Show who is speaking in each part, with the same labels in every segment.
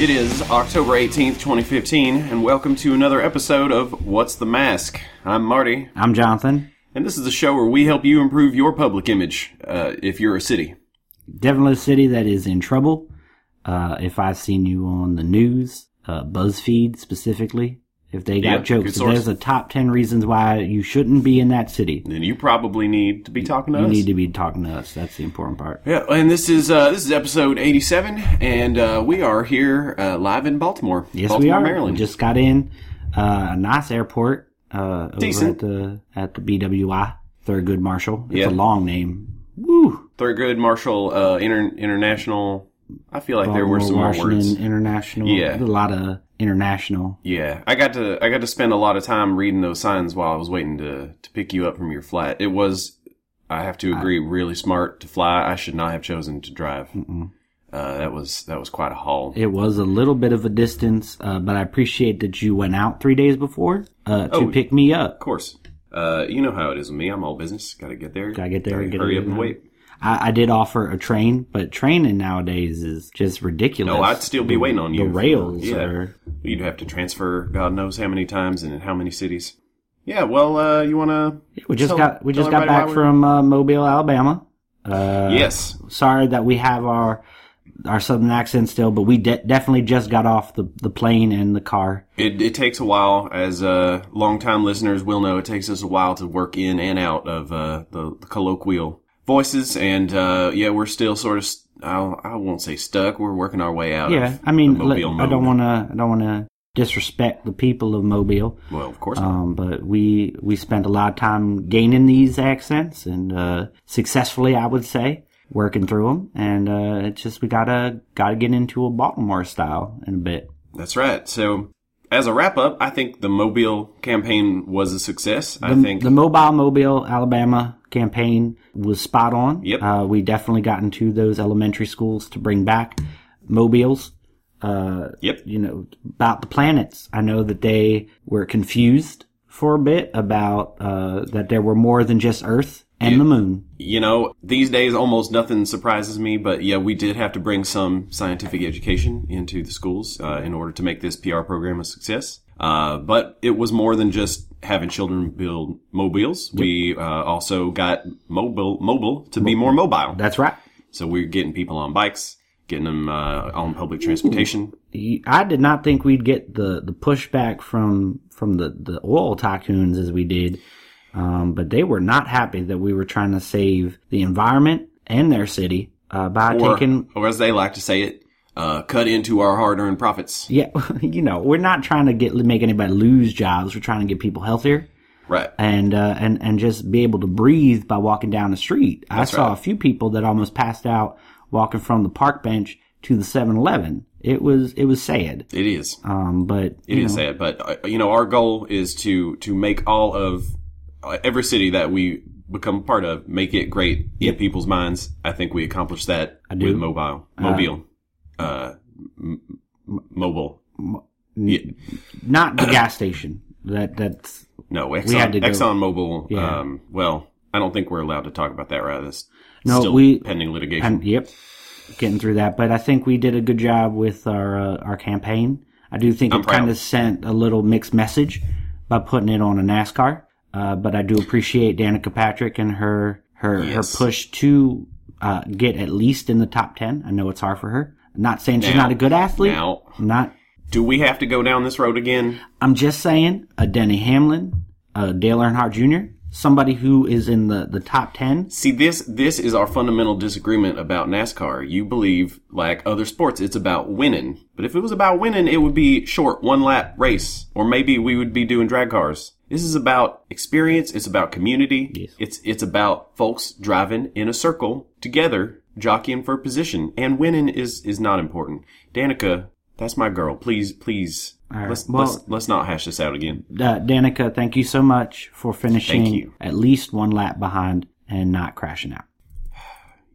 Speaker 1: It is October 18th, 2015, and welcome to another episode of What's the Mask? I'm Marty,
Speaker 2: I'm Jonathan.
Speaker 1: and this is a show where we help you improve your public image uh, if you're a city.
Speaker 2: Definitely a city that is in trouble. Uh, if I've seen you on the news, uh, BuzzFeed specifically, if they got
Speaker 1: Yep, good
Speaker 2: jokes, if
Speaker 1: source.
Speaker 2: there's the top 10 reasons why you shouldn't be in that city.
Speaker 1: Then you probably need to be talking to
Speaker 2: You
Speaker 1: us.
Speaker 2: need to be talking to us. That's the important part.
Speaker 1: yeah, and this is uh, this is episode 87, and uh, we are here uh, live in Baltimore,
Speaker 2: Yes,
Speaker 1: Baltimore,
Speaker 2: we are.
Speaker 1: Maryland.
Speaker 2: We just got in uh, a nice airport uh,
Speaker 1: Decent.
Speaker 2: over at the, at the BWI, Thurgood Marshall. It's
Speaker 1: Yeah.
Speaker 2: a long name. Woo!
Speaker 1: Thurgood Marshall uh, Inter- International. I feel like there were some more
Speaker 2: Washington
Speaker 1: words.
Speaker 2: International.
Speaker 1: Yeah.
Speaker 2: There's A lot of international.
Speaker 1: Yeah, I got to I got to spend a lot of time reading those signs while I was waiting to to pick you up from your flat. It was, I have to agree, really smart to fly. I should not have chosen to drive. Uh, that was that was quite a haul.
Speaker 2: It was a little bit of a distance, uh, but I appreciate that you went out three days before uh, to
Speaker 1: Oh.
Speaker 2: pick me up.
Speaker 1: Of course, uh, you know how it is with me. I'm all business. Got to get there.
Speaker 2: Gotta get there
Speaker 1: Gotta
Speaker 2: and get
Speaker 1: hurry
Speaker 2: it
Speaker 1: up and
Speaker 2: done.
Speaker 1: wait.
Speaker 2: I, I did offer a train, but training nowadays is just ridiculous.
Speaker 1: No, I'd still be waiting on you.
Speaker 2: the rails
Speaker 1: Yeah.
Speaker 2: are.
Speaker 1: You'd have to transfer God knows how many times and in how many cities. Yeah. Well, uh, you wanna?
Speaker 2: We just
Speaker 1: tell-
Speaker 2: got we
Speaker 1: tell
Speaker 2: just got
Speaker 1: everybody why
Speaker 2: back
Speaker 1: we're-
Speaker 2: from uh, Mobile, Alabama. Uh,
Speaker 1: yes.
Speaker 2: Sorry that we have our our southern accent still, but we de- definitely just got off the the plane and the car.
Speaker 1: It, it takes a while, as uh, longtime listeners will know, it takes us a while to work in and out of uh, the, the colloquial voices, and uh, yeah, we're still sort of, st- I'll, I won't say stuck, we're working our way out
Speaker 2: Yeah,
Speaker 1: of
Speaker 2: I mean,
Speaker 1: the
Speaker 2: let-
Speaker 1: mobile
Speaker 2: I don't
Speaker 1: mode.
Speaker 2: want to I don't want to disrespect the people of Mobile.
Speaker 1: Well, of course. not.
Speaker 2: Um, but we we spent a lot of time gaining these accents and uh, successfully, I would say, working through them. And uh, it's just we gotta gotta get into a Baltimore style in a bit.
Speaker 1: That's right. So, as a wrap up, I think the Mobile campaign was a success. I think
Speaker 2: the Mobile Mobile Alabama campaign was spot on.
Speaker 1: Yep.
Speaker 2: Uh, we definitely got into those elementary schools to bring back mobiles. Uh,
Speaker 1: Yep.
Speaker 2: You know, about the planets. I know that they were confused for a bit about uh, that there were more than just Earth and the moon.
Speaker 1: you know, these days almost nothing surprises me, but yeah, we did have to bring some scientific education into the schools uh, in order to make this PR program a success. Uh, but it was more than just having children build mobiles. We uh, also got mobile mobile to be more mobile.
Speaker 2: That's right.
Speaker 1: So we're getting people on bikes, getting them uh, on public transportation.
Speaker 2: I did not think we'd get the, the pushback from from the, the oil tycoons as we did, um, but they were not happy that we were trying to save the environment and their city uh, by
Speaker 1: Or,
Speaker 2: taking.
Speaker 1: or as they like to say it, uh, cut into our hard-earned profits.
Speaker 2: Yeah, you know, we're not trying to get make anybody lose jobs. We're trying to get people healthier
Speaker 1: Right.
Speaker 2: and uh, and and just be able to breathe by walking down the street. I saw a few people that almost passed out walking from the park bench to the 7-Eleven. It was it was sad,
Speaker 1: It is.
Speaker 2: um, but
Speaker 1: It is sad, but uh, you know our goal is to to make all of uh, every city that we become part of make it great in people's minds. I think we accomplished that
Speaker 2: do.
Speaker 1: with mobile, mobile, uh, m- m- mobile. Yeah.
Speaker 2: not the gas station. That that's
Speaker 1: No, Exxon,
Speaker 2: had to go-
Speaker 1: ExxonMobil.
Speaker 2: Yeah.
Speaker 1: Um, well, I don't think we're allowed to talk about that right. That's
Speaker 2: No,
Speaker 1: still
Speaker 2: we-
Speaker 1: pending litigation.
Speaker 2: and yep, getting through that. But I think we did a good job with our uh, our campaign. I do think it
Speaker 1: proud.
Speaker 2: kind of sent a little mixed message by putting it on a NASCAR. Uh, but I do appreciate Danica Patrick and her her
Speaker 1: Yes.
Speaker 2: her push to uh, get at least in the top ten. I know it's hard for her. I'm not saying she's not a good athlete.
Speaker 1: now,
Speaker 2: I'm not.
Speaker 1: do we have to go down this road again?
Speaker 2: I'm just saying a Denny Hamlin, a Dale Earnhardt Jr., somebody who is in the the top ten.
Speaker 1: See this this is our fundamental disagreement about NASCAR. You believe like other sports it's about winning. But if it was about winning, it would be short one lap race or maybe we would be doing drag cars. This is about experience, it's about community. It's it's about folks driving in a circle together jockeying for position and winning is is not important. Danica, that's my girl. Please please let's,
Speaker 2: Well-
Speaker 1: let's let's not hash this out again.
Speaker 2: uh, Danica, thank you so much for finishing
Speaker 1: Thank you.
Speaker 2: at least one lap behind and not crashing out.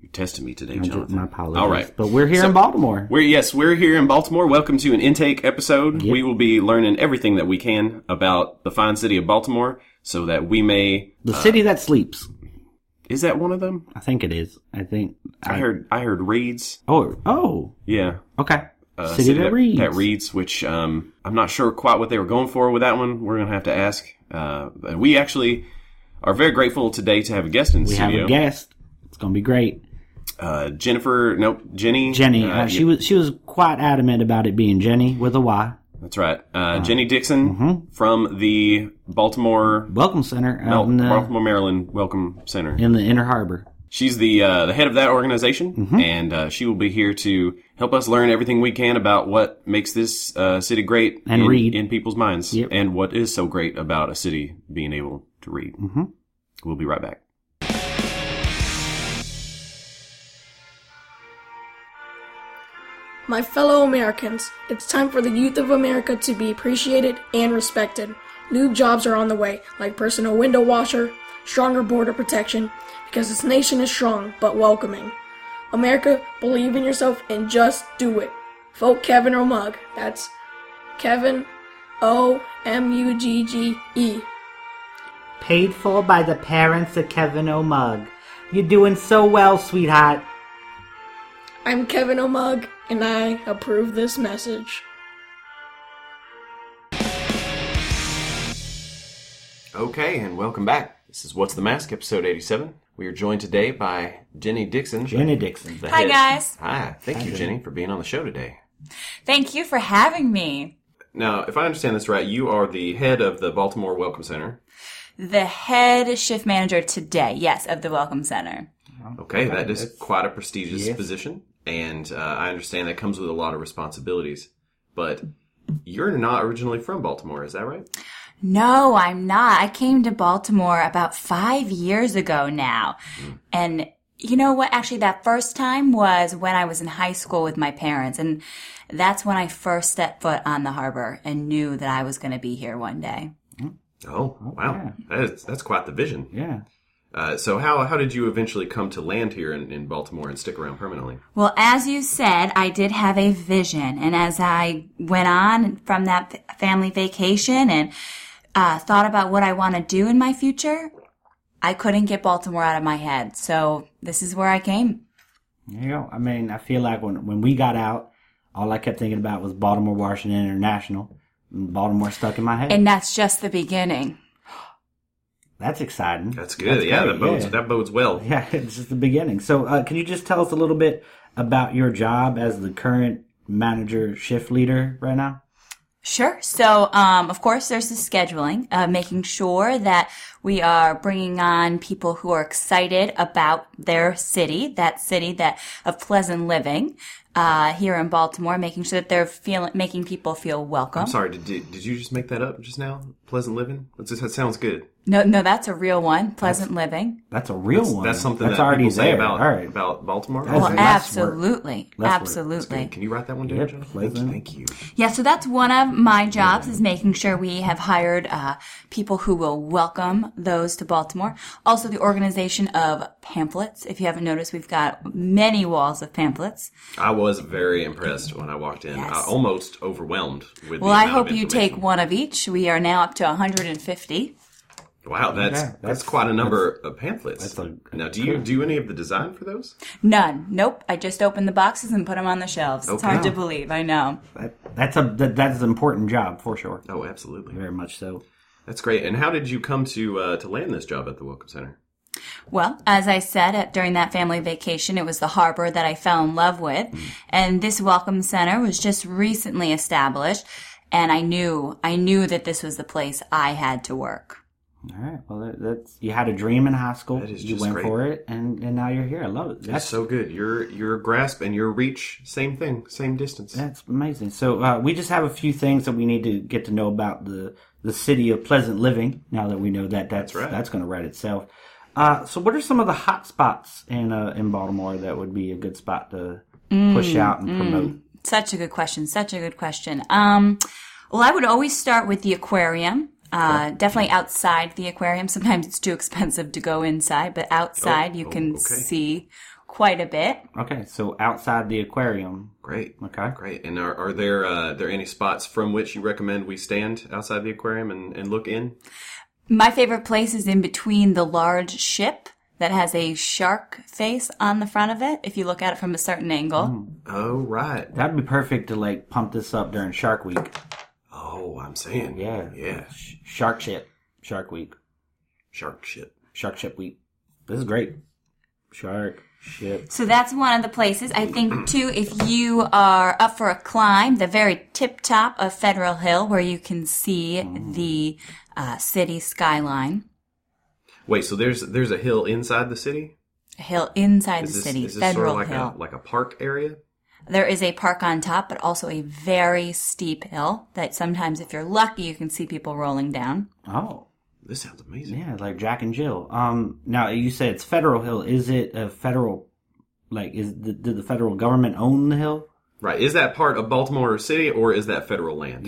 Speaker 1: You're testing me today,
Speaker 2: Just
Speaker 1: Jonathan.
Speaker 2: My apologies.
Speaker 1: All right.
Speaker 2: But we're here in Baltimore.
Speaker 1: We're yes, we're here in Baltimore. Welcome to an intake episode. We will be learning everything that we can about the fine city of Baltimore, so that we may.
Speaker 2: The city that sleeps.
Speaker 1: Is that one of them?
Speaker 2: I think it is. I think.
Speaker 1: I
Speaker 2: I,
Speaker 1: heard I heard reeds.
Speaker 2: oh, oh,
Speaker 1: Yeah,
Speaker 2: okay.
Speaker 1: uh,
Speaker 2: City That Reads.
Speaker 1: that reads, which um, I'm not sure quite what they were going for with that one. We're gonna have to ask. Uh, and we actually are very grateful today to have a guest in the
Speaker 2: We have
Speaker 1: studio.
Speaker 2: a guest. It's gonna be great.
Speaker 1: Uh, Jennifer, nope, Jenny.
Speaker 2: Jenny.
Speaker 1: Uh,
Speaker 2: uh, she was she was quite adamant about it being Jenny with a Y.
Speaker 1: That's right. Uh, Jenny Dixon from the Baltimore,
Speaker 2: Welcome Center mm-hmm. out in the
Speaker 1: Baltimore, Maryland Welcome Center.
Speaker 2: in the Inner Harbor.
Speaker 1: She's the uh, the head of that organization,
Speaker 2: Mm-hmm.
Speaker 1: and uh, she will be here to help us learn everything we can about what makes this uh, city great
Speaker 2: And
Speaker 1: in,
Speaker 2: read.
Speaker 1: in people's minds, and what is so great about a city being able to read. Mm-hmm. We'll be right back.
Speaker 3: My fellow Americans, it's time for the youth of America to be appreciated and respected. New jobs are on the way, like personal window washer, stronger border protection, because this nation is strong but welcoming. America, believe in yourself and just do it. Vote Kevin or Mug. That's Kevin O M U G G E.
Speaker 4: Paid for by the parents of Kevin O'Mug. You're doing so well, sweetheart.
Speaker 3: I'm Kevin O Mug, and I approve this message.
Speaker 1: Okay, and welcome back. This is What's the Mask, episode 87. We are joined today by Jenny Dixon.
Speaker 2: Jenny Dixon.
Speaker 1: the
Speaker 5: Hi,
Speaker 1: head-
Speaker 5: guys.
Speaker 1: Hi. Thank you, Jenny, for being on the show today.
Speaker 5: Thank you for having me.
Speaker 1: Now, if I understand this right, you are the head of the Baltimore Welcome Center.
Speaker 5: The head shift manager today, yes, of the Welcome Center.
Speaker 1: Okay, that is quite a prestigious position, and uh, I understand that comes with a lot of responsibilities. But you're not originally from Baltimore, is that right?
Speaker 5: No, I'm not. I came to Baltimore about five years ago now. And you know what? Actually, that first time was when I was in high school with my parents. And that's when I first stepped foot on the harbor and knew that I was going to be here one day.
Speaker 1: Oh, wow, that is, that's quite the vision.
Speaker 2: Yeah.
Speaker 1: Uh, so, how how did you eventually come to land here in, in Baltimore and stick around permanently?
Speaker 5: Well, as you said, I did have a vision. And as I went on from that f- family vacation and uh, thought about what I want to do in my future, I couldn't get Baltimore out of my head. So this is where I came.
Speaker 2: There you go. I mean, I feel like when when we got out, all I kept thinking about was Baltimore Washington International. And Baltimore stuck in my head.
Speaker 5: And that's just the beginning.
Speaker 2: That's exciting.
Speaker 1: That's good. yeah,
Speaker 2: great,
Speaker 1: that bodes
Speaker 2: yeah.
Speaker 1: that bodes well.
Speaker 2: Yeah, it's just the beginning. So, uh, can you just tell us a little bit about your job as the current manager shift leader right now?
Speaker 5: Sure. So, um, of course, there's the scheduling, uh, making sure that we are bringing on people who are excited about their city, that city that of pleasant living uh, here in Baltimore, making sure that they're feeling, making people feel welcome.
Speaker 1: I'm sorry, did, did did you just make that up just now? Pleasant living. That's just, that sounds good.
Speaker 5: No, no, that's a real one. Pleasant living.
Speaker 2: That's a real
Speaker 1: That's,
Speaker 2: one.
Speaker 1: that's something
Speaker 2: Oh, that's
Speaker 1: that
Speaker 2: already
Speaker 1: people say
Speaker 2: there.
Speaker 1: about
Speaker 2: all right.
Speaker 1: about Baltimore.
Speaker 2: That's
Speaker 5: Well,
Speaker 2: a less word.
Speaker 5: absolutely,
Speaker 2: Less word.
Speaker 5: absolutely.
Speaker 1: Can you write that one down,
Speaker 2: Yep,
Speaker 1: John? Thank you.
Speaker 2: pleasant.
Speaker 1: Thank you.
Speaker 5: Yeah, so that's one of my jobs is making sure we have hired uh, people who will welcome those to Baltimore. Also, the organization of pamphlets. If you haven't noticed, we've got many walls of pamphlets.
Speaker 1: I was very impressed when I walked in. I
Speaker 5: Yes.
Speaker 1: almost overwhelmed with.
Speaker 5: Well,
Speaker 1: the
Speaker 5: I
Speaker 1: amount of
Speaker 5: hope you take
Speaker 1: information.
Speaker 5: one of each. We are now up to 150.
Speaker 1: Wow, that's
Speaker 2: Yeah,
Speaker 1: that's,
Speaker 2: that's-
Speaker 1: quite a number of pamphlets.
Speaker 2: that's a-
Speaker 1: now, do you do any of the design for those?
Speaker 5: None. Nope. I just opened the boxes and put them on the shelves. It's
Speaker 1: Okay.
Speaker 5: hard to believe. I know.
Speaker 2: That, that's a that, that's an important job for sure.
Speaker 1: Oh, absolutely.
Speaker 2: Very much so.
Speaker 1: That's great. And how did you come to uh, to land this job at the Welcome Center?
Speaker 5: Well, as I said at, during that family vacation, it was the harbor that I fell in love with.
Speaker 1: Mm.
Speaker 5: And this welcome center was just recently established. And I knew, I knew that this was the place I had to work.
Speaker 2: All right. Well, that, that's you had a dream in high school.
Speaker 1: That is
Speaker 2: you
Speaker 1: just
Speaker 2: went
Speaker 1: great.
Speaker 2: for it, and, and now you're here. I love it. That's
Speaker 1: That's so good. Your your grasp and your reach, same thing, same distance.
Speaker 2: That's amazing. So uh, we just have a few things that we need to get to know about the the city of Pleasant Living. Now that we know that, that's that's,
Speaker 1: right.
Speaker 2: going to write itself. Uh, so what are some of the hot spots in uh, in Baltimore that would be a good spot to push out and promote?
Speaker 5: Such a good question. Such a good question. Um, well, I would always start with the aquarium. Uh, definitely outside the aquarium. Sometimes it's too expensive to go inside, but outside you
Speaker 1: oh,
Speaker 5: can
Speaker 1: okay.
Speaker 5: see quite a bit.
Speaker 2: Okay, so outside the aquarium.
Speaker 1: Great.
Speaker 2: Okay.
Speaker 1: Great. And are, are there uh, there any spots from which you recommend we stand outside the aquarium and, and look in?
Speaker 5: My favorite place is in between the large ship that has a shark face on the front of it if you look at it from a certain angle.
Speaker 1: Oh, right.
Speaker 2: That'd be perfect to like pump this up during Shark Week.
Speaker 1: Oh, I'm saying.
Speaker 2: Yeah.
Speaker 1: Yeah.
Speaker 2: Sh- Shark shit. Shark Week.
Speaker 1: Shark shit.
Speaker 2: Shark shit week. This is great. Shark shit.
Speaker 5: So that's one of the places. I think, too, if you are up for a climb, the very tip top of Federal Hill where you can see
Speaker 1: Hmm.
Speaker 5: the uh, city skyline.
Speaker 1: Wait, so there's there's a hill inside the city?
Speaker 5: A hill inside
Speaker 1: Is
Speaker 5: the
Speaker 1: this,
Speaker 5: city,
Speaker 1: is this sort
Speaker 5: Federal
Speaker 1: of like
Speaker 5: Hill.
Speaker 1: a like a park area?
Speaker 5: There is a park on top, but also a very steep hill that sometimes, if you're lucky, you can see people rolling down.
Speaker 2: Oh.
Speaker 1: This sounds amazing.
Speaker 2: Yeah, like Jack and Jill. Um now you said it's Federal Hill. Is it a federal like is the, did the federal government own the hill?
Speaker 1: Right. Is that part of Baltimore City or is that federal land?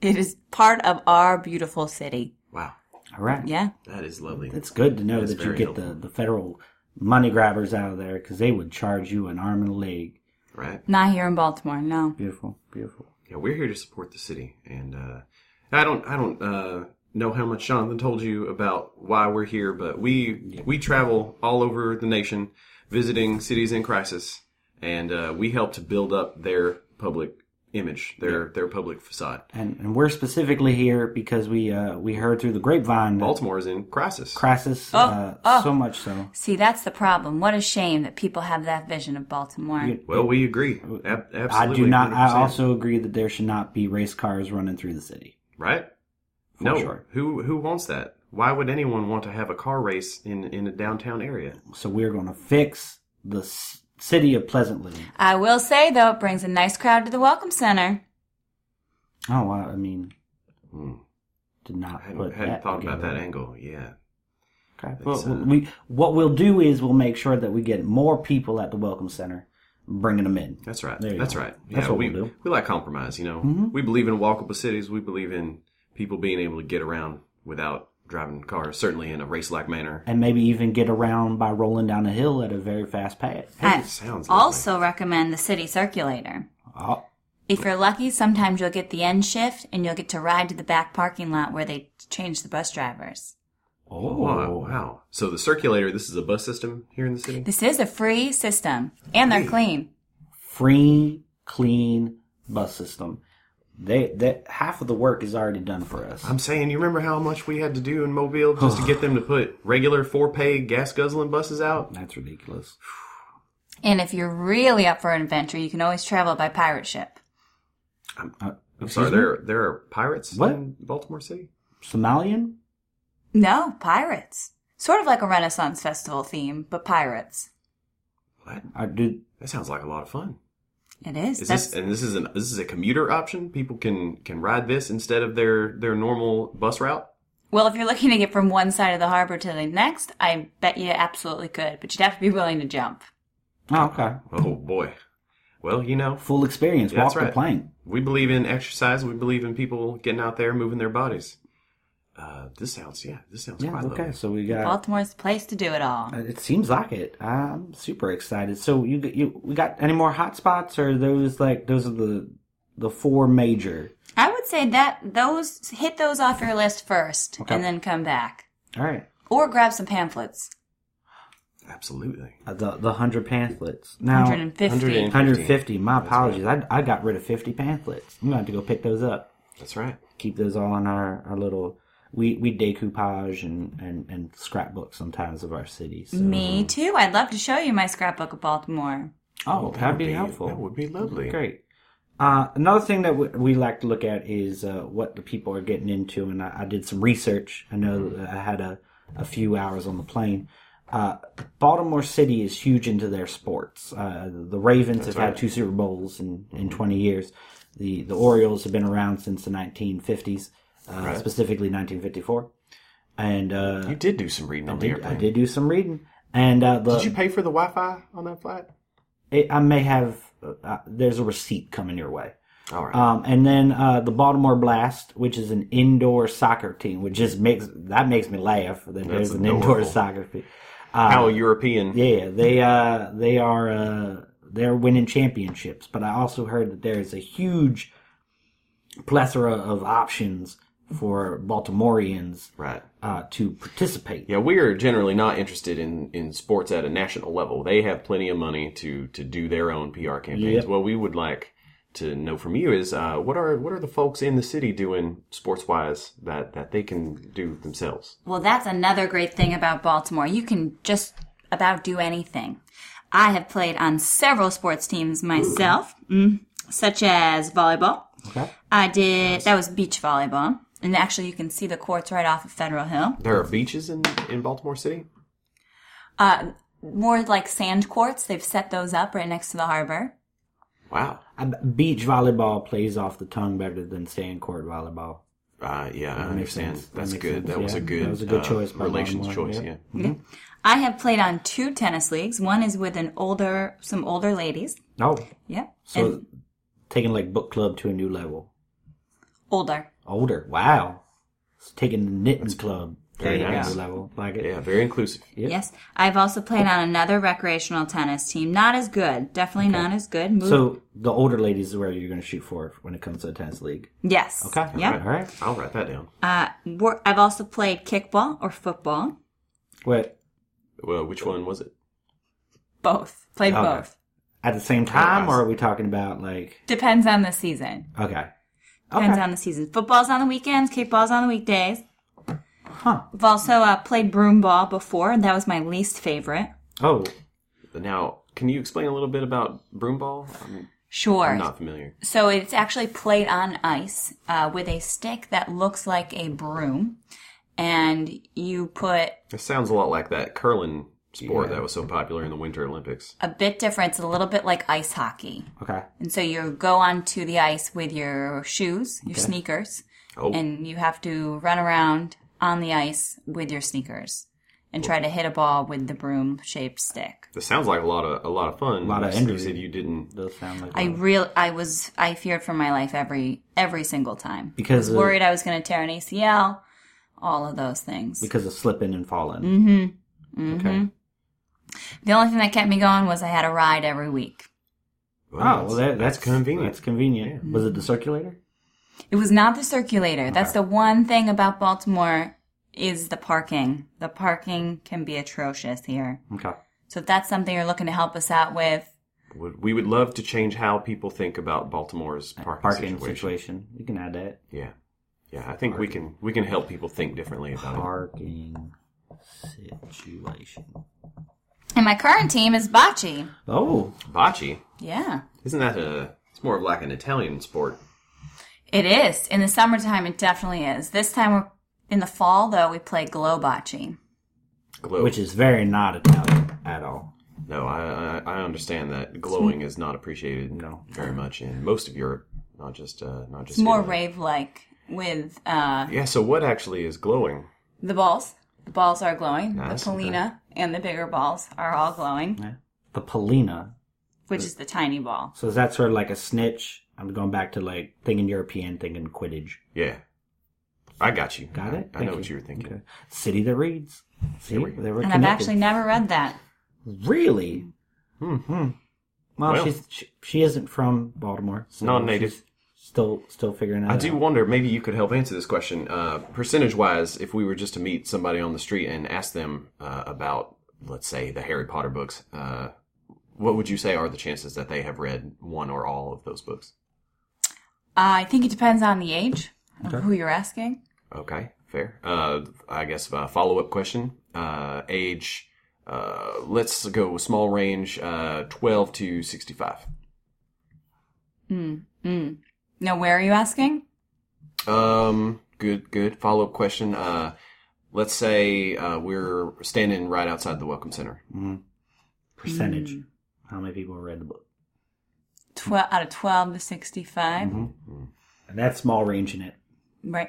Speaker 5: It is part of our beautiful city.
Speaker 1: Wow.
Speaker 2: All right.
Speaker 5: Yeah.
Speaker 1: That is lovely.
Speaker 2: It's good to know
Speaker 1: That's
Speaker 2: that you
Speaker 1: very
Speaker 2: get the,
Speaker 1: helpful.
Speaker 2: the federal money grabbers out of there because they would charge you an arm and a leg.
Speaker 1: Right.
Speaker 5: Not here in Baltimore, no.
Speaker 2: Beautiful, beautiful.
Speaker 1: Yeah, we're here to support the city, and uh, I don't, I don't uh, know how much Jonathan told you about why we're here, but we we travel all over the nation visiting cities in crisis, and uh, we help to build up their public image, their their public facade.
Speaker 2: And and we're specifically here because we uh we heard through the grapevine that
Speaker 1: Baltimore is in crisis.
Speaker 2: crisis uh, so much so.
Speaker 5: See, that's the problem. What a shame that people have that vision of Baltimore.
Speaker 1: well, we agree. Ab- absolutely.
Speaker 2: I do not. I
Speaker 1: 100%.
Speaker 2: also agree that there should not be race cars running through the city.
Speaker 1: right.
Speaker 2: For
Speaker 1: No,
Speaker 2: sure.
Speaker 1: who who wants that? Why would anyone want to have a car race in in a downtown area?
Speaker 2: So we're going to fix the s- city of Pleasantley.
Speaker 5: I will say, though, it brings a nice crowd to the Welcome Center.
Speaker 2: Oh, well, I mean, did
Speaker 1: Hmm. I
Speaker 2: not
Speaker 1: hadn't,
Speaker 2: put
Speaker 1: hadn't
Speaker 2: that
Speaker 1: thought about that
Speaker 2: together.
Speaker 1: angle. Yeah.
Speaker 2: Okay. Well,
Speaker 1: That's, uh,
Speaker 2: we what we'll do is we'll make sure that we get more people at the welcome center, bringing them in.
Speaker 1: That's right.
Speaker 2: There you
Speaker 1: That's
Speaker 2: go.
Speaker 1: right.
Speaker 2: That's
Speaker 1: yeah,
Speaker 2: what
Speaker 1: we
Speaker 2: we'll do. Mm-hmm.
Speaker 1: we like compromise. You know, we believe in walkable cities. We believe in people being able to get around without driving cars, certainly in a race-like manner.
Speaker 2: And maybe even get around by rolling down a hill at a very fast pace.
Speaker 5: I
Speaker 1: sounds lovely.
Speaker 5: also recommend the city circulator.
Speaker 2: Oh,
Speaker 5: If you're lucky, sometimes you'll get the end shift and you'll get to ride to the back parking lot where they change the bus drivers.
Speaker 1: Oh, wow, wow. So the circulator. This is a bus system here in the city.
Speaker 5: This is a free system and they're clean.
Speaker 2: free, clean bus system. They that half of the work is already done for us.
Speaker 1: I'm saying, you remember how much we had to do in Mobile just to get them to put regular four-pay gas-guzzling buses out?
Speaker 2: That's ridiculous.
Speaker 5: And if you're really up for an adventure, you can always travel by pirate ship.
Speaker 2: Uh,
Speaker 1: I'm sorry, there there are pirates
Speaker 2: What?
Speaker 1: in Baltimore City.
Speaker 2: Somalian?
Speaker 5: No, pirates. Sort of like a Renaissance festival theme, but pirates.
Speaker 1: What?
Speaker 2: I did.
Speaker 1: That sounds like a lot of fun.
Speaker 5: It is.
Speaker 1: Is
Speaker 5: That's
Speaker 1: this and this is an this is a commuter option? People can can ride this instead of their their normal bus route.
Speaker 5: well, if you're looking to get from one side of the harbor to the next, I bet you absolutely could, but you'd have to be willing to jump.
Speaker 2: Oh, okay.
Speaker 1: Oh boy. Well, you know,
Speaker 2: Full experience.
Speaker 1: Yeah,
Speaker 2: Walk
Speaker 1: that's
Speaker 2: the
Speaker 1: right.
Speaker 2: plank.
Speaker 1: we believe in exercise. We believe in people getting out there, moving their bodies. Uh, this sounds yeah, this sounds
Speaker 2: Yeah.
Speaker 1: quite
Speaker 2: Okay.
Speaker 1: lovely.
Speaker 2: So we got.
Speaker 5: Baltimore's the place to do it all.
Speaker 2: It seems like it. I'm super excited. So you you we got any more hot spots or those like those are the the four major.
Speaker 5: I would say that those hit those off your list first
Speaker 2: Okay.
Speaker 5: and then come back.
Speaker 2: All right.
Speaker 5: Or grab some pamphlets.
Speaker 1: Absolutely.
Speaker 2: Uh, The the hundred pamphlets now.
Speaker 5: 150.
Speaker 1: 150.
Speaker 2: 150. My apologies. I, I got rid of 50 pamphlets. I'm going to have to go pick those up.
Speaker 1: That's right.
Speaker 2: Keep those all in our, our little. We, we decoupage and, and, and scrapbook sometimes of our cities. so-
Speaker 5: Me too. I'd love to show you my scrapbook of Baltimore.
Speaker 2: Oh, that'd be
Speaker 1: Be-
Speaker 2: helpful.
Speaker 1: That would be lovely.
Speaker 2: Great. Uh, another thing that w- we like to look at is uh, what the people are getting into, and I, I did some research. I know
Speaker 1: Hmm.
Speaker 2: that I had a, a few hours on the plane. Uh, Baltimore City is huge into their sports. Uh, the Ravens have had two Super Bowls in,
Speaker 1: Hmm.
Speaker 2: in 20 years. The the Orioles have been around since the 1950s, uh, specifically 1954. And uh,
Speaker 1: You did do some reading on the
Speaker 2: did- I
Speaker 1: airplane.
Speaker 2: did do some reading. And uh, the,
Speaker 1: Did you pay for the Wi-Fi on that flight?
Speaker 2: it, I may have uh, uh, there's a receipt coming your way.
Speaker 1: All right.
Speaker 2: Um, and then uh, the Baltimore Blast, which is an indoor soccer team, which just makes that makes me laugh that there's an indoor
Speaker 1: adorable.
Speaker 2: soccer team.
Speaker 1: How European?
Speaker 2: Yeah, they uh, they are uh, they're winning championships, but I also heard that there is a huge plethora of options for Baltimoreans
Speaker 1: Right.
Speaker 2: uh, to participate.
Speaker 1: Yeah, we are generally not interested in, in sports at a national level. They have plenty of money to, to do their own PR campaigns.
Speaker 2: Yep.
Speaker 1: What we would like to know from you is uh, what are what are the folks in the city doing sports wise that, that they can do themselves?
Speaker 5: Well, that's another great thing about Baltimore. You can just about do anything. I have played on several sports teams myself, mm, such as volleyball. Okay. I did, that was beach volleyball. And actually, you can see the courts right off of Federal Hill.
Speaker 1: There are beaches in, in Baltimore City.
Speaker 5: Uh, more like sand courts. They've set those up right next to the harbor.
Speaker 1: Wow.
Speaker 2: Uh, Beach volleyball plays off the tongue better than sand court volleyball.
Speaker 1: Uh, yeah, I
Speaker 2: makes
Speaker 1: understand.
Speaker 2: sense. That
Speaker 1: That's
Speaker 2: makes
Speaker 1: good.
Speaker 2: sense,
Speaker 1: That was
Speaker 2: yeah.
Speaker 1: a good
Speaker 2: That was a good
Speaker 1: uh,
Speaker 2: choice by
Speaker 1: relations
Speaker 2: Baltimore,
Speaker 1: choice.
Speaker 2: yeah.
Speaker 1: Yeah.
Speaker 5: I have played on two tennis leagues. One is with an older, some older ladies.
Speaker 2: No,
Speaker 5: Yep.
Speaker 2: Oh, so
Speaker 5: and
Speaker 2: taking like book club to a new level.
Speaker 5: older.
Speaker 2: Older, wow. It's taking the knitting club to a
Speaker 1: very nice.
Speaker 2: new level. Like it.
Speaker 1: yeah, very inclusive.
Speaker 5: Yes. I've also played on another recreational tennis team. Not as good. Definitely not as good. Move-
Speaker 2: So the older ladies is where you're going to shoot for when it comes to the tennis league.
Speaker 5: yes.
Speaker 2: Okay.
Speaker 5: Yep.
Speaker 2: All right.
Speaker 1: I'll write that down.
Speaker 5: Uh, wor- I've also played kickball or football.
Speaker 2: Wait,
Speaker 1: Well, which one was it?
Speaker 5: Both. Played
Speaker 2: Okay.
Speaker 5: both.
Speaker 2: at the same time, or are we talking about like?
Speaker 5: Depends on the season.
Speaker 2: Okay.
Speaker 5: Depends
Speaker 2: Okay.
Speaker 5: on the season. Football's on the weekends. Kickball's on the weekdays.
Speaker 2: Huh.
Speaker 5: I've also uh, played broom ball before, and that was my least favorite.
Speaker 2: Oh,
Speaker 1: Now, can you explain a little bit about broomball? I'm,
Speaker 5: Sure.
Speaker 1: I'm not familiar.
Speaker 5: So it's actually played on ice uh, with a stick that looks like a broom, and you put
Speaker 1: It sounds a lot like that curling sport that was so popular in the Winter Olympics.
Speaker 5: a bit different. It's a little bit like ice hockey,
Speaker 2: okay.
Speaker 5: and so you go onto the ice with your shoes, your sneakers,
Speaker 1: Oh,
Speaker 5: and you have to run around on the ice with your sneakers and try to hit a ball with the broom-shaped stick.
Speaker 1: this sounds like a lot of a lot of fun. A
Speaker 2: Lot of
Speaker 1: You
Speaker 2: injury.
Speaker 1: said you didn't.
Speaker 2: Those sound like
Speaker 5: I real I was I feared for my life every every single time.
Speaker 2: Because
Speaker 5: I was
Speaker 2: of-
Speaker 5: worried I was going to tear an ACL, all of those things.
Speaker 2: because of slipping and falling.
Speaker 5: Mm.
Speaker 2: Mm-hmm. Okay.
Speaker 5: The only thing that kept me going was I had a ride every week.
Speaker 2: Oh, well, that, that's,
Speaker 1: convenient.
Speaker 2: That's convenient. Was it the circulator?
Speaker 5: It was not the circulator. That's the one thing about Baltimore is the parking. The parking can be atrocious here.
Speaker 2: Okay.
Speaker 5: So if that's something you're looking to help us out with,
Speaker 1: Would- we would love to change how people think about Baltimore's parking,
Speaker 2: Uh, Parking
Speaker 1: situation.
Speaker 2: situation. You can add that.
Speaker 1: Yeah, yeah. I think we can we can help people think differently about it.
Speaker 2: Parking situation.
Speaker 5: and my current team is bocce.
Speaker 2: Oh,
Speaker 1: Bocce
Speaker 5: Yeah,
Speaker 1: isn't that a? It's more of like an Italian sport.
Speaker 5: it is. In the summertime, it definitely is. This time we're in the fall though. We play glow bocce.
Speaker 1: Glow.
Speaker 2: which is very not Italian at all.
Speaker 1: no, I, I I understand that glowing is not appreciated
Speaker 2: No.
Speaker 1: very much in most of Europe, not just uh, not just
Speaker 5: It's more
Speaker 1: Italy.
Speaker 5: rave like with uh,
Speaker 1: Yeah. So what actually is glowing?
Speaker 5: the balls. The balls are glowing.
Speaker 2: Ah,
Speaker 1: Nice,
Speaker 5: the Polina and the bigger balls are all glowing,
Speaker 2: The Polina.
Speaker 5: which is the tiny ball.
Speaker 2: So is that sort of like a snitch? I'm going back to like thinking European, thinking Quidditch.
Speaker 1: Yeah. I got you.
Speaker 2: Got
Speaker 1: I,
Speaker 2: it?
Speaker 1: I
Speaker 2: Thank
Speaker 1: know what you were thinking.
Speaker 2: Okay. City that reads. See,
Speaker 1: we go.
Speaker 2: they were
Speaker 5: And
Speaker 2: connected.
Speaker 5: I've actually never read that.
Speaker 2: really. Hmm. Well,
Speaker 1: Well.
Speaker 2: she's she, she isn't from Baltimore. so
Speaker 1: Non-native.
Speaker 2: she's Still, still figuring it out.
Speaker 1: I do wonder, maybe you could help answer this question. Uh, percentage wise, if we were just to meet somebody on the street and ask them uh, about, let's say, the Harry Potter books, uh, what would you say are the chances that they have read one or all of those books?
Speaker 5: Uh, I think it depends on the age of who you're asking.
Speaker 1: Okay, fair. Uh, I guess a follow up question. Uh, age, uh, let's go with small range, uh, 12 to 65.
Speaker 5: No, Hmm, where are you asking?
Speaker 1: Um, good, good. Follow up question. Uh, let's say uh, we're standing right outside the Welcome Center.
Speaker 2: Hmm. percentage.
Speaker 5: Hmm.
Speaker 2: How many people read the book?
Speaker 5: 12 out of 12 to 65.
Speaker 2: Mm-hmm. And that's small range in it.
Speaker 5: Right.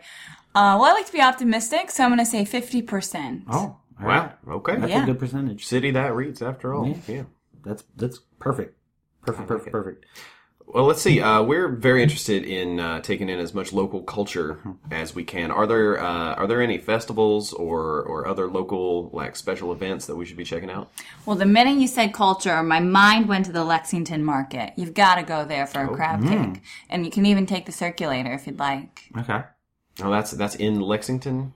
Speaker 5: Uh, well, I like to be optimistic, so I'm going to say 50%.
Speaker 2: Oh, all
Speaker 1: Wow.
Speaker 2: right.
Speaker 1: Okay.
Speaker 2: That's
Speaker 5: Yeah.
Speaker 2: a good percentage.
Speaker 1: City that reads after all. Yeah.
Speaker 2: That's that's perfect. Perfect, perfect, perfect.
Speaker 1: Well, let's see. Uh, we're very interested in uh, taking in as much local culture as we can. Are there uh, are there any festivals or or other local like special events that we should be checking out?
Speaker 5: Well, the minute you said culture, my mind went to the Lexington market.
Speaker 1: Oh, hmm.
Speaker 5: You've got to go there for a crab cake. And you can even take the circulator if you'd like.
Speaker 2: Okay.
Speaker 1: Oh, that's that's in Lexington.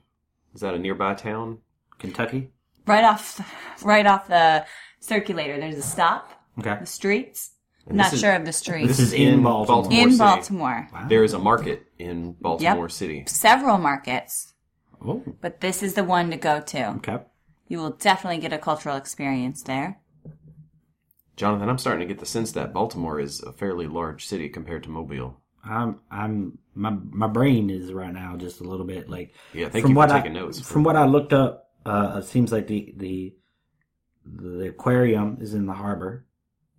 Speaker 1: Is that a nearby town?
Speaker 2: Kentucky.
Speaker 5: Right off, right off the circulator. There's a stop.
Speaker 2: Okay.
Speaker 5: The streets. I'm not
Speaker 1: is-
Speaker 5: sure of the streets.
Speaker 2: This is in Baltimore.
Speaker 5: in
Speaker 1: City.
Speaker 5: Baltimore.
Speaker 1: There is a market in Baltimore
Speaker 5: Yep.
Speaker 1: City.
Speaker 5: Several markets,
Speaker 2: Oh,
Speaker 5: but this is the one to go to.
Speaker 2: okay.
Speaker 5: You will definitely get a cultural experience there.
Speaker 1: Jonathan, I'm starting to get the sense that Baltimore is a fairly large city compared to Mobile.
Speaker 2: I'm I'm my my brain is right now just a little bit like
Speaker 1: Yeah, thank you for taking
Speaker 2: I,
Speaker 1: notes.
Speaker 2: From what I looked up, uh, it seems like the the the aquarium is in the harbor.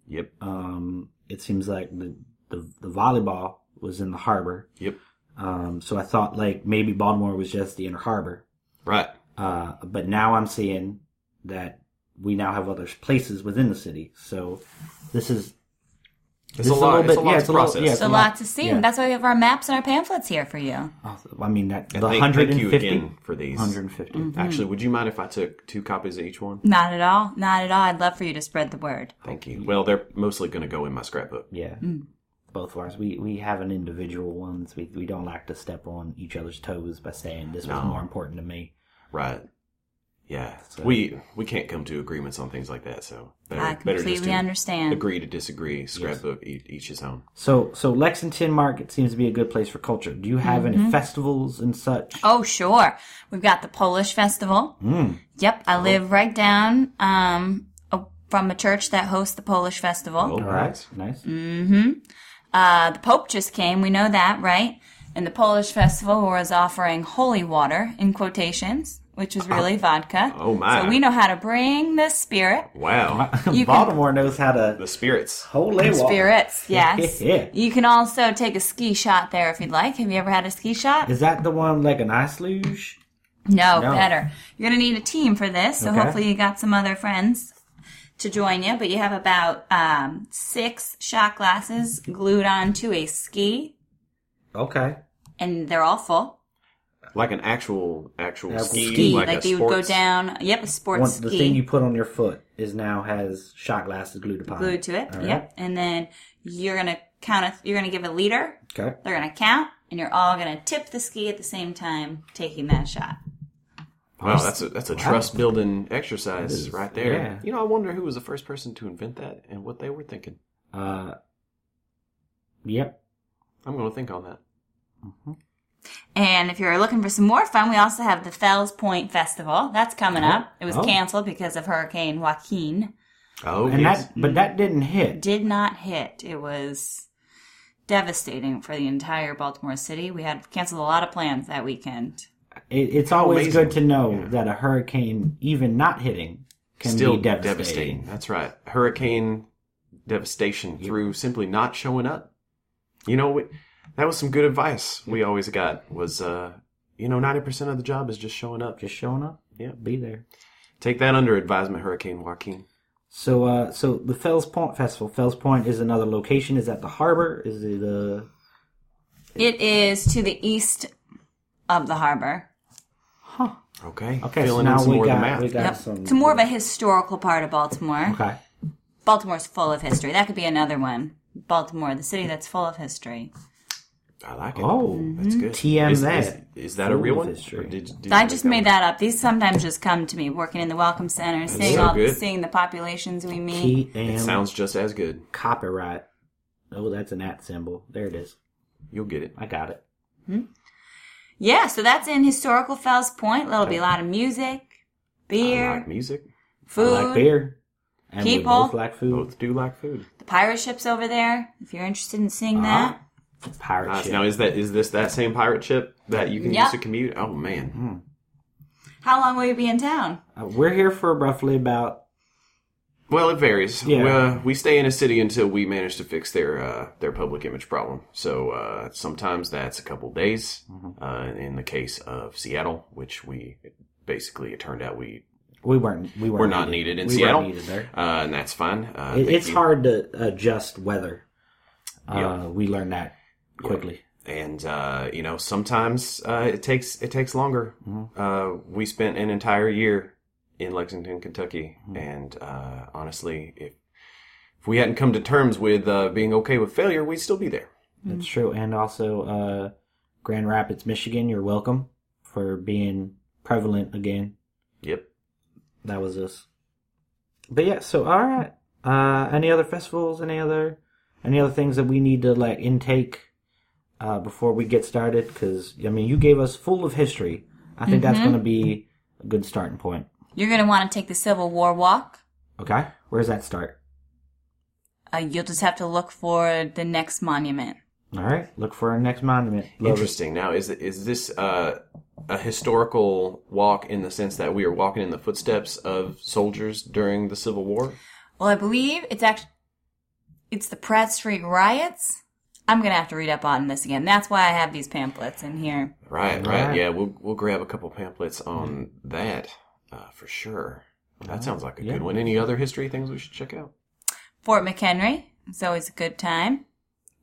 Speaker 1: Yep.
Speaker 2: Um, it seems like the, the the volleyball was in the harbor.
Speaker 1: Yep.
Speaker 2: Um, so I thought like maybe Baltimore was just the inner harbor.
Speaker 1: Right.
Speaker 2: Uh, but now I'm seeing that we now have other places within the city. So this is
Speaker 1: It's
Speaker 2: Just
Speaker 1: a
Speaker 2: a
Speaker 1: lot.
Speaker 2: little
Speaker 1: It's a
Speaker 2: bit-
Speaker 1: lot
Speaker 2: yeah,
Speaker 1: to
Speaker 2: it's a little-
Speaker 1: process.
Speaker 2: yeah,
Speaker 5: So
Speaker 2: a
Speaker 5: a
Speaker 2: lot.
Speaker 5: lot to see,
Speaker 2: Yeah.
Speaker 5: and that's why we have our maps and our pamphlets here for you.
Speaker 2: I mean that the
Speaker 1: And thank- thank you
Speaker 2: 150
Speaker 1: again for these.
Speaker 2: 150.
Speaker 5: Mm. Mm-hmm.
Speaker 1: Actually, would you mind if I took two copies of each one?
Speaker 5: Not at all. Not at all. I'd love for you to spread the word.
Speaker 1: Thank you. Well, they're mostly going to go in my scrapbook.
Speaker 2: Yeah.
Speaker 5: Mm.
Speaker 2: Both of ours. We we have an individual ones. We we don't like to step on each other's toes by saying this was
Speaker 1: No.
Speaker 2: more important to me.
Speaker 1: Right. Yeah. We we can't come to agreements on things like that, so better,
Speaker 5: I
Speaker 1: better just
Speaker 5: completely
Speaker 1: to
Speaker 5: understand.
Speaker 1: agree to disagree. Scrapbook e each his own.
Speaker 2: So so Lexington Market seems to be a good place for culture. Do you have
Speaker 5: Mm-hmm.
Speaker 2: any festivals and such?
Speaker 5: Oh, sure. We've got the Polish festival. Yep, I live right down um, a- from a church that hosts the Polish festival.
Speaker 1: Oh,
Speaker 2: All right.
Speaker 5: Mm.
Speaker 2: Nice.
Speaker 5: Uh, the Pope just came. We know that, right? And the Polish festival was offering holy water in quotations, which was really vodka.
Speaker 1: oh, my.
Speaker 5: So we know how to bring the spirit.
Speaker 1: Wow.
Speaker 5: You can
Speaker 2: Baltimore knows how
Speaker 1: the
Speaker 2: to
Speaker 1: spirits.
Speaker 2: holy water.
Speaker 5: spirits, yes.
Speaker 2: Yeah.
Speaker 5: You can also take a ski shot there if you'd like. Have you ever had a ski shot?
Speaker 2: Is that the one like an ice luge?
Speaker 5: No,
Speaker 2: No.
Speaker 5: better. You're going to need a team for this. So
Speaker 2: Okay.
Speaker 5: hopefully you got some other friends to join you. But you have about um, six shot glasses glued onto a ski,
Speaker 2: Okay.
Speaker 5: and they're all full.
Speaker 1: Like an actual actual
Speaker 2: Yeah,
Speaker 1: ski,
Speaker 5: Ski,
Speaker 1: like,
Speaker 5: like,
Speaker 1: a
Speaker 5: they would go
Speaker 1: sports-
Speaker 5: down. Yep, a sports
Speaker 2: One,
Speaker 5: ski
Speaker 2: the thing you put on your foot is now has shot glasses glued upon
Speaker 5: glued
Speaker 2: it.
Speaker 5: to it.
Speaker 2: All right.
Speaker 5: Yep, and then you're going to count. A, you're going to give a leader.
Speaker 2: Okay.
Speaker 5: They're going to count, and you're all going to tip the ski at the same time, taking that shot.
Speaker 1: Wow, that's a that's a trust building exercise
Speaker 2: It is,
Speaker 1: right there.
Speaker 2: yeah.
Speaker 1: You know, I wonder who was the first person to invent that and what they were thinking.
Speaker 2: Uh. Yep.
Speaker 1: I'm going to think on that.
Speaker 5: And if you're looking for some more fun, we also have the Fells Point Festival. That's coming up. It was
Speaker 2: Oh.
Speaker 5: canceled because of Hurricane Joaquin.
Speaker 1: Oh,
Speaker 2: And
Speaker 1: yes.
Speaker 2: that, but that didn't hit.
Speaker 5: Did not hit. It was devastating for the entire Baltimore city. We had canceled a lot of plans that weekend.
Speaker 2: It, it's always
Speaker 1: amazing.
Speaker 2: good to know that a hurricane, even not hitting, can
Speaker 1: Still
Speaker 2: be devastating.
Speaker 1: That's right. Hurricane devastation through simply not showing up. You know, we, that was some good advice we always got was, uh, you know, 90% of the job is just showing up.
Speaker 2: Just showing up,
Speaker 1: Yeah.
Speaker 2: be there.
Speaker 1: Take that under advisement, Hurricane Joaquin.
Speaker 2: So, uh, so the Fells Point Festival. Fells Point is another location. Is that the harbor? Is it uh
Speaker 5: It is to the east of the harbor.
Speaker 1: Okay.
Speaker 2: Okay, so
Speaker 1: Filling in
Speaker 2: now
Speaker 1: some
Speaker 2: we
Speaker 1: more of the
Speaker 2: got
Speaker 1: math.
Speaker 2: we got
Speaker 5: Yep.
Speaker 2: some.
Speaker 5: It's more of a historical part of Baltimore.
Speaker 2: okay.
Speaker 5: Baltimore's full of history. That could be another one. Baltimore, the city that's full of history.
Speaker 1: I like it.
Speaker 2: Oh,
Speaker 5: Mm-hmm.
Speaker 1: that's good.
Speaker 2: TM
Speaker 1: is,
Speaker 2: that.
Speaker 1: Is, is that a
Speaker 2: Full
Speaker 1: real
Speaker 2: of
Speaker 1: one?
Speaker 2: history.
Speaker 1: Or did- did you
Speaker 5: I
Speaker 1: make
Speaker 5: just made
Speaker 1: one?
Speaker 5: that up. These sometimes just come to me working in the welcome center, seeing
Speaker 1: so
Speaker 5: all
Speaker 1: good.
Speaker 5: seeing the populations we meet.
Speaker 2: TM
Speaker 1: It sounds just as good.
Speaker 2: copyright. Oh, that's an at symbol. There it is.
Speaker 1: You'll get it.
Speaker 2: I got it.
Speaker 5: Yeah, so that's in historical Fells Point. There'll be a lot of music, beer,
Speaker 1: I like music.
Speaker 5: food.
Speaker 2: I like beer. And we
Speaker 5: People.
Speaker 2: both like food.
Speaker 1: Both do like food.
Speaker 5: The pirate ship's over there. If you're interested in seeing
Speaker 1: Uh-huh.
Speaker 5: that,
Speaker 2: Ah. Pirate
Speaker 1: Nice.
Speaker 2: ship.
Speaker 1: Ah, Now, is that is this that same pirate ship that you can
Speaker 5: Yep.
Speaker 1: use to commute? Oh man,
Speaker 5: how long will you be in town?
Speaker 2: Uh, we're here for roughly about
Speaker 1: Well, it varies.
Speaker 2: Yeah.
Speaker 1: Uh, we stay in a city until we manage to fix their uh, their public image problem. So uh, sometimes that's a couple days.
Speaker 2: Mm-hmm.
Speaker 1: Uh, in the case of Seattle, which we basically it turned out we
Speaker 2: we weren't we weren't
Speaker 1: were not needed in
Speaker 2: We
Speaker 1: Seattle,
Speaker 2: weren't needed there.
Speaker 1: Uh, and that's fine. Uh,
Speaker 2: It,
Speaker 1: thank
Speaker 2: it's
Speaker 1: you.
Speaker 2: hard to adjust weather.
Speaker 1: Yeah.
Speaker 2: Uh, we learned that quickly.
Speaker 1: and uh, you know sometimes uh, it takes it takes longer.
Speaker 2: Mm-hmm.
Speaker 1: Uh, we spent an entire year in Lexington, Kentucky,
Speaker 2: Mm-hmm.
Speaker 1: and uh, honestly, if if we hadn't come to terms with uh, being okay with failure, we'd still be there.
Speaker 2: That's true. And also, uh, Grand Rapids, Michigan, you're welcome for being prevalent again.
Speaker 6: Yep.
Speaker 2: That was us. But yeah, so all right. Uh, any other festivals? Any other any other things that we need to like intake uh, before we get started? Because I mean, you gave us full of history. I think that's going to be a good starting point.
Speaker 5: You're going to want to take the Civil War walk.
Speaker 2: Okay, where does that start?
Speaker 5: Uh, you'll just have to look for the next monument.
Speaker 2: All right, look for our next monument. Love it.
Speaker 1: Interesting. Now, is is this uh, a historical walk in the sense that we are walking in the footsteps of soldiers during the Civil War?
Speaker 5: Well, I believe it's actually it's the Pratt Street riots. I'm gonna have to read up on this again. That's why I have these pamphlets in here.
Speaker 1: Right, right. Mm-hmm.
Speaker 2: Right.
Speaker 1: Yeah, we'll we'll grab a couple pamphlets on that uh, for sure. That sounds like a good one. Any other history things we should check out?
Speaker 5: Fort McHenry. It's always a good time.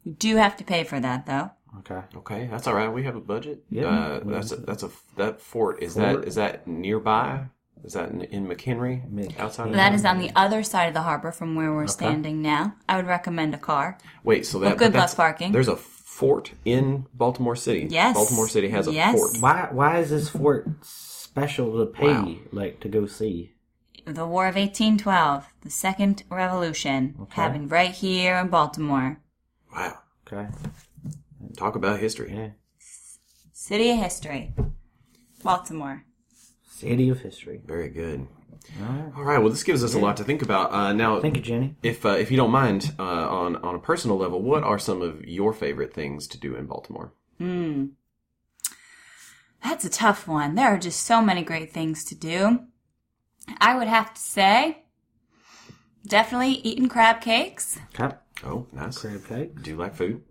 Speaker 5: You do have to pay for that though.
Speaker 2: Okay.
Speaker 1: Okay, that's all right. We have a budget.
Speaker 2: Yeah.
Speaker 1: uh, that's a, that's a that fort is that is that nearby? Is that in, in McHenry?
Speaker 2: Mc-
Speaker 1: outside of
Speaker 5: That is on the other side of the harbor from where we're standing now. I would recommend a car.
Speaker 1: Wait, so that
Speaker 5: good
Speaker 1: but that's-
Speaker 5: luck parking.
Speaker 1: There's a fort in Baltimore City.
Speaker 5: Yes.
Speaker 1: Baltimore City has a
Speaker 5: Yes.
Speaker 1: fort.
Speaker 2: Why why is this fort special to pay like to go see?
Speaker 5: The War of 1812, the Second Revolution, happened right here in Baltimore.
Speaker 1: Wow.
Speaker 2: Okay.
Speaker 1: Talk about history.
Speaker 2: Yeah.
Speaker 5: City of History, Baltimore.
Speaker 2: City of history.
Speaker 1: Very good. All right. Well, this gives us a lot to think about. Uh, now,
Speaker 2: Thank you, Jenny.
Speaker 1: if uh, if you don't mind, uh, on on a personal level, what are some of your favorite things to do in Baltimore?
Speaker 5: Hmm. That's a tough one. There are just so many great things to do. I would have to say, definitely eating crab cakes.
Speaker 2: Okay.
Speaker 1: Oh, nice.
Speaker 2: Crab cake.
Speaker 1: Do you like food?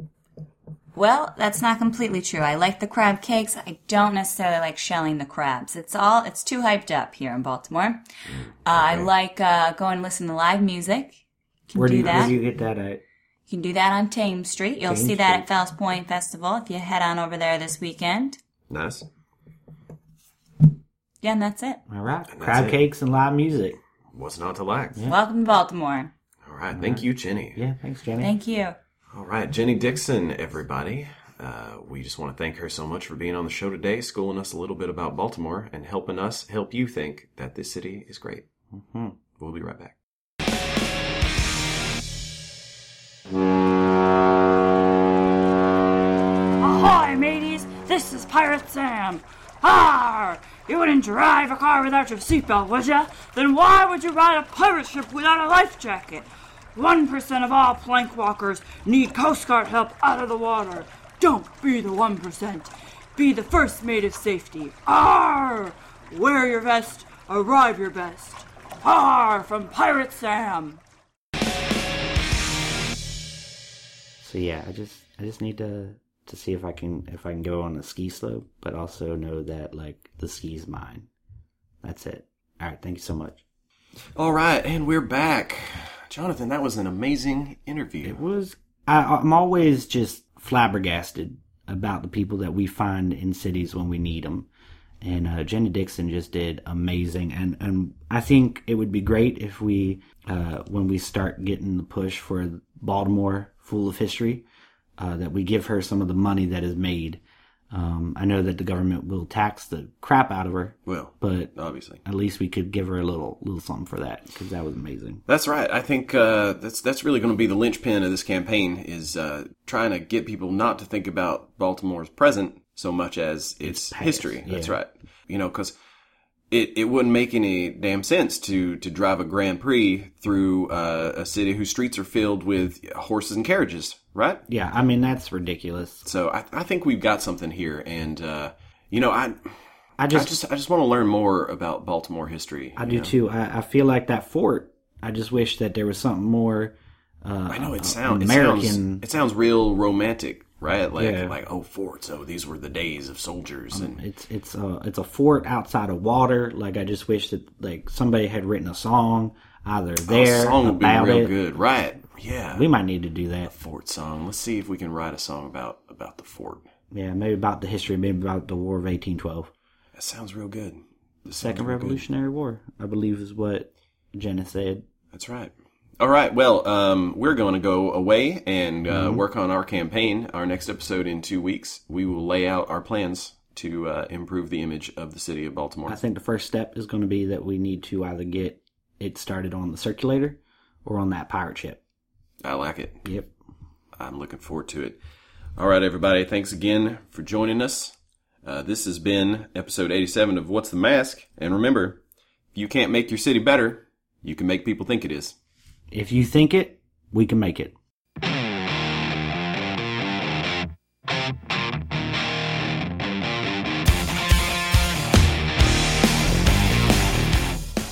Speaker 5: Well, that's not completely true. I like the crab cakes. I don't necessarily like shelling the crabs. It's all, it's too hyped up here in Baltimore. Uh, I like uh, going and listen to live music. Can
Speaker 2: Where do
Speaker 5: do
Speaker 2: you
Speaker 5: that.
Speaker 2: where do you get that at?
Speaker 5: You can do that on Thames Street. You'll see
Speaker 2: Thames
Speaker 5: that
Speaker 2: Street.
Speaker 5: at Fells Point Festival if you head on over there this weekend.
Speaker 1: Nice.
Speaker 5: Yeah, and that's it.
Speaker 2: All right.
Speaker 1: that's
Speaker 2: Crab
Speaker 1: it.
Speaker 2: cakes and live music.
Speaker 1: What's not to like?
Speaker 5: Welcome to Baltimore.
Speaker 1: All right. Thank you, Jenny.
Speaker 2: Yeah. Thanks, Jenny.
Speaker 5: Thank you.
Speaker 1: All right, Jenny Dixon, everybody. Uh, we just want to thank her so much for being on the show today, schooling us a little bit about Baltimore and helping us help you think that this city is great.
Speaker 6: Mm-hmm.
Speaker 1: We'll be right back.
Speaker 7: Ahoy, mateys! This is Pirate Sam. Ah! You wouldn't drive a car without your seatbelt, would ya? Then why would you ride a pirate ship without a life jacket? One percent of all plank walkers need Coast Guard help out of the water. Don't be the one percent. Be the first mate of safety. Arr! Wear your vest, arrive your best. Arr! From Pirate Sam.
Speaker 2: So yeah, I just I just need to to see if I can if I can go on the ski slope, but also know that like the ski's mine. That's it. All right. Thank you so much.
Speaker 6: All right, and we're back. Jonathan, that was an amazing interview.
Speaker 2: It was. I, I'm always just flabbergasted about the people that we find in cities when we need them. And uh, Jenny Dixon just did amazing, and and I think it would be great if we, uh, when we start getting the push for Baltimore full of history, uh, that we give her some of the money that is made. Um, I know that the government will tax the crap out of her,
Speaker 6: Well,
Speaker 2: but
Speaker 6: obviously.
Speaker 2: at least we could give her a little little something for that because that was amazing.
Speaker 6: That's right. I think uh, that's that's really going to be the linchpin of this campaign is uh, trying to get people not to think about Baltimore's present so much as its, history. That's
Speaker 2: yeah.
Speaker 6: right. You know, because it, it wouldn't make any damn sense to to drive a Grand Prix through uh, a city whose streets are filled with horses and carriages, right?
Speaker 2: Yeah, I mean that's ridiculous.
Speaker 6: So I, I think we've got something here, and uh, you know, I
Speaker 2: I
Speaker 6: I
Speaker 2: just
Speaker 6: just I just want to learn more about Baltimore history.
Speaker 2: I
Speaker 6: you
Speaker 2: do
Speaker 6: know?
Speaker 2: too. I, I feel like that fort. I just wish that there was something more. Uh,
Speaker 6: I know it sounds
Speaker 2: American.
Speaker 6: It sounds, it sounds real romantic, right? Like
Speaker 2: Yeah.
Speaker 6: like oh forts, oh these were the days of soldiers, and
Speaker 2: Um, It's it's a it's a fort outside of water. Like I just wish that like somebody had written a song either
Speaker 6: a
Speaker 2: there
Speaker 6: song would be
Speaker 2: about
Speaker 6: real
Speaker 2: it.
Speaker 6: good, right? Yeah,
Speaker 2: We might need to do that.
Speaker 6: fort song. Let's see if we can write a song about about the fort.
Speaker 2: Yeah, maybe about the history, maybe about the War of eighteen twelve,
Speaker 6: That sounds real good. That sounds
Speaker 2: Second
Speaker 6: real good.
Speaker 2: Revolutionary War. I believe is what Jenna said.
Speaker 6: That's right.
Speaker 1: All right. Well, um, we're going to go away and uh,
Speaker 2: Mm-hmm.
Speaker 1: work on our campaign. Our next episode in two weeks, we will lay out our plans to uh, improve the image of the city of Baltimore.
Speaker 2: I think the first step is going to be that we need to either get it started on the circulator or on that pirate ship.
Speaker 1: I like it.
Speaker 2: Yep.
Speaker 1: I'm looking forward to it. All right, everybody. Thanks again for joining us. Uh, this has been episode 87 of What's the Mask? And remember, if you can't make your city better, you can make people think it is.
Speaker 2: If you think it, we can make it.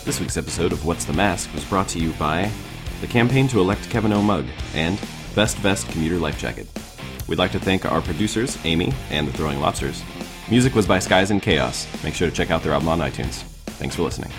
Speaker 1: This week's episode of What's the Mask was brought to you by the campaign to elect Kevin O. Mugg and Best Vest Commuter Life Jacket. We'd like to thank our producers, Amy and the Throwing Lobsters. Music was by Skies and Chaos. Make sure to check out their album on iTunes. Thanks for listening.